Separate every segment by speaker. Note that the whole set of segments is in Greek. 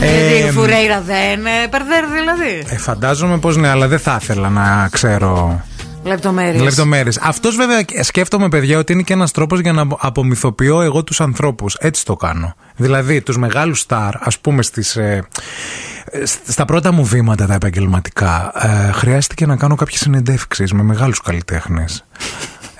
Speaker 1: Γιατί η Φουρέιρα δεν είναι περδέρ δηλαδή.
Speaker 2: Ε, φαντάζομαι πως ναι, αλλά δεν θα ήθελα να ξέρω.
Speaker 1: Λεπτομέρειες.
Speaker 2: Λεπτομέρειες. Αυτός βέβαια σκέφτομαι, παιδιά, ότι είναι και ένας τρόπος για να απομυθοποιώ εγώ τους ανθρώπους. Έτσι το κάνω. Δηλαδή, τους μεγάλους στάρ, ας πούμε, στις, ε, στα πρώτα μου βήματα τα επαγγελματικά, ε, χρειάστηκε να κάνω κάποιες συνεντεύξεις με μεγάλους καλλιτέχνες.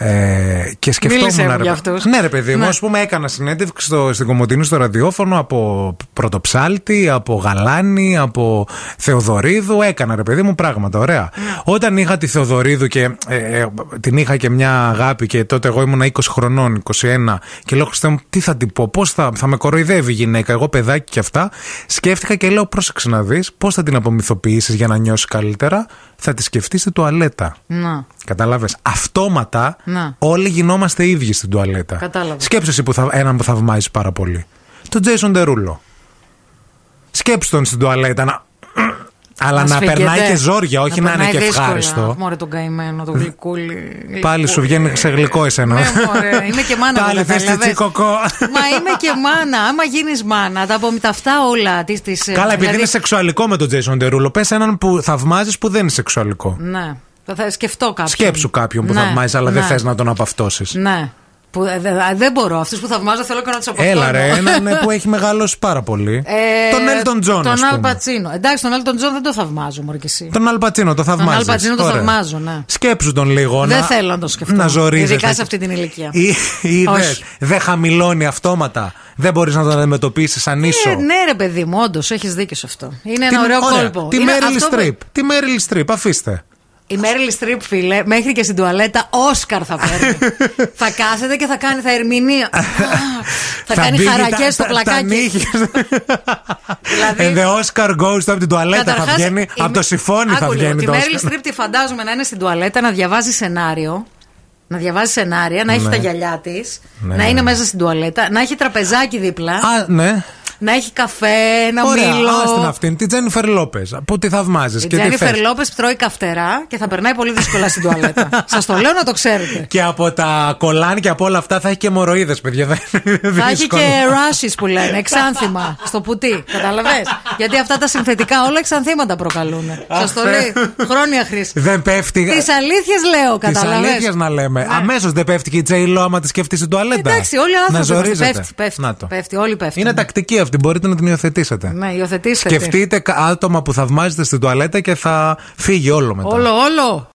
Speaker 2: Ε, και
Speaker 1: Μίλησε
Speaker 2: σκεφτόμουν.
Speaker 1: μου
Speaker 2: ρε-
Speaker 1: για αυτούς.
Speaker 2: Ναι, ρε παιδί μου,
Speaker 1: Ναι.
Speaker 2: ας πούμε, έκανα συνέντευξη στο, στην Κομωτινή στο ραδιόφωνο από Πρωτοψάλτη, από Γαλάνη, από Θεοδωρίδου. Έκανα, ρε παιδί μου, πράγματα. Ωραία. Όταν είχα τη Θεοδωρίδου και ε, ε, την είχα και μια αγάπη και τότε εγώ ήμουνα 20 χρονών, 21, και λέω Χριστέ μου, τι θα την πω, πώς θα, θα με κοροϊδεύει η γυναίκα, εγώ παιδάκι και αυτά. Σκέφτηκα και λέω, πρόσεξε να δεις, πώς θα την απομυθοποιήσεις για να νιώσει καλύτερα. Θα τη σκεφτείς στην τουαλέτα.
Speaker 1: Να.
Speaker 2: Κατάλαβες. Αυτόματα
Speaker 1: Να.
Speaker 2: όλοι γινόμαστε ίδιοι στην τουαλέτα.
Speaker 1: Κατάλαβα.
Speaker 2: Σκέψε εσύ που θα, έναν που θαυμάζεις πάρα πολύ. Τον Τζέισον Τερούλο. Σκέψε τον στην τουαλέτα να. Αλλά να
Speaker 1: σφίγγεται.
Speaker 2: περνάει και ζόρια, όχι να, είναι
Speaker 1: περνάει
Speaker 2: και
Speaker 1: δύσκολα.
Speaker 2: ευχάριστο.
Speaker 1: Αχ, Μωρέ τον καημένο, τον γλυκούλη.
Speaker 2: Πάλι
Speaker 1: γλυκούλη.
Speaker 2: σου βγαίνει σε γλυκό εσένα.
Speaker 1: Ναι, μωρέ, είμαι και μάνα.
Speaker 2: Πάλι
Speaker 1: βέβαια,
Speaker 2: θες τη
Speaker 1: καταλαβες.
Speaker 2: τσικοκό.
Speaker 1: Μα είμαι και μάνα. Άμα γίνεις μάνα, τα από τα αυτά όλα ε, της.
Speaker 2: Καλά, επειδή
Speaker 1: δηλαδή-
Speaker 2: είναι σεξουαλικό με τον Τζέισον Τερούλο, πες έναν που θαυμάζεις που δεν είναι σεξουαλικό.
Speaker 1: Ναι. Θα- Θα σκεφτώ κάποιον.
Speaker 2: Σκέψου κάποιον που
Speaker 1: Ναι,
Speaker 2: θαυμάζεις, αλλά δεν
Speaker 1: ναι.
Speaker 2: θες να τον απαυτώσεις.
Speaker 1: Ναι. Που, ε, δε- α, δεν μπορώ. Αυτούς που θαυμάζω θέλω και να τους αποφύγω.
Speaker 2: Έλα ρε, έναν ε, που έχει μεγαλώσει πάρα πολύ. τον Έλτον Τζον.
Speaker 1: Ε, Τον
Speaker 2: ας
Speaker 1: Αλ
Speaker 2: πούμε.
Speaker 1: Πατσίνο. Εντάξει, τον Έλτον Τζον δεν το θαυμάζω, Μωρή και εσύ.
Speaker 2: Τον Αλπατσίνο, το θαυμάζεις.
Speaker 1: Αλ Πατσίνο τον
Speaker 2: Ωραία.
Speaker 1: θαυμάζω, ναι.
Speaker 2: Σκέψου τον λίγο.
Speaker 1: Δεν
Speaker 2: να-
Speaker 1: θέλω να το σκεφτώ.
Speaker 2: Να ζορίζεσαι.
Speaker 1: Ειδικά σε αυτή την ηλικία.
Speaker 2: Ή, ή
Speaker 1: Όχι.
Speaker 2: δες, δεν χαμηλώνει αυτόματα. Δεν μπορείς να τον αντιμετωπίσεις σαν ίσο.
Speaker 1: Ε, ναι, ρε παιδί μου, όντως έχεις δίκιο σε αυτό. Είναι
Speaker 2: Τι-
Speaker 1: ένα ωραίο
Speaker 2: ωραία.
Speaker 1: κόλπο.
Speaker 2: Τη
Speaker 1: Είναι
Speaker 2: Μέριλ
Speaker 1: αυτό που-
Speaker 2: Στριπ. Τη Μέριλ Στριπ, αφήστε.
Speaker 1: Η Μέριλ Στριπ, φίλε, μέχρι και στην τουαλέτα Όσκαρ θα παίρνει. θα κάθεται και θα κάνει, θα ερμηνεία. Α, θα, κάνει
Speaker 2: μπει
Speaker 1: χαρακές
Speaker 2: τα-
Speaker 1: στο
Speaker 2: τα- τα
Speaker 1: πλακάκι.
Speaker 2: νύχια.
Speaker 1: Δηλαδή-
Speaker 2: And ε, the Oscar goes από την τουαλέτα θα βγαίνει.
Speaker 1: η-
Speaker 2: Από το σιφόνι θα
Speaker 1: Άκου λίγο,
Speaker 2: βγαίνει
Speaker 1: Τη
Speaker 2: το
Speaker 1: Μέριλ
Speaker 2: Oscar.
Speaker 1: Στριπ τη φαντάζομαι να είναι στην τουαλέτα, να διαβάζει σενάριο. Να διαβάζει σενάρια, να έχει
Speaker 2: Ναι.
Speaker 1: τα γυαλιά της,
Speaker 2: Ναι.
Speaker 1: να είναι μέσα στην τουαλέτα, να έχει τραπεζάκι δίπλα,
Speaker 2: Α, ναι.
Speaker 1: να έχει καφέ, ένα
Speaker 2: Ωραία,
Speaker 1: μήλο.
Speaker 2: ας την αυτήν. Τη Τζένιφερ Λόπες. Που τη θαυμάζεις.
Speaker 1: Η
Speaker 2: και τι
Speaker 1: Τζένιφερ
Speaker 2: θες.
Speaker 1: Λόπες τρώει καυτερά και θα περνάει πολύ δύσκολα στην τουαλέτα. Σας το λέω να το ξέρετε.
Speaker 2: Και από τα κολάν και από όλα αυτά θα έχει και μοροίδες, παιδιά. Θα,
Speaker 1: Θα έχει και rushes που λένε, εξάνθημα στο πουτί. Καταλαβέ. Γιατί αυτά τα συνθετικά όλα εξανθήματα προκαλούν. Σας το
Speaker 2: Αχ,
Speaker 1: λέει
Speaker 2: ε.
Speaker 1: χρόνια χρήση.
Speaker 2: Δεν πέφτει.
Speaker 1: Τις αλήθειες λέω,
Speaker 2: Τη αλήθεια
Speaker 1: καταλαβέ.
Speaker 2: να λέμε. Αμέσως δεν πέφτει και η Τζέιλο άμα τη σκεφτεί στην τουαλέτα.
Speaker 1: Εντάξει, όλοι οι
Speaker 2: Να
Speaker 1: άνθρωποι είμαστε.
Speaker 2: ζορίζεται.
Speaker 1: πέφτει, πέφτει,
Speaker 2: Να το.
Speaker 1: πέφτει, όλοι πέφτουν.
Speaker 2: Είναι τακτική αυτή. Μπορείτε να την υιοθετήσετε.
Speaker 1: Ναι, υιοθετήστε. τη.
Speaker 2: Σκεφτείτε κα- άτομα που θαυμάζετε στην τουαλέτα και θα φύγει όλο μετά.
Speaker 1: Όλο, όλο.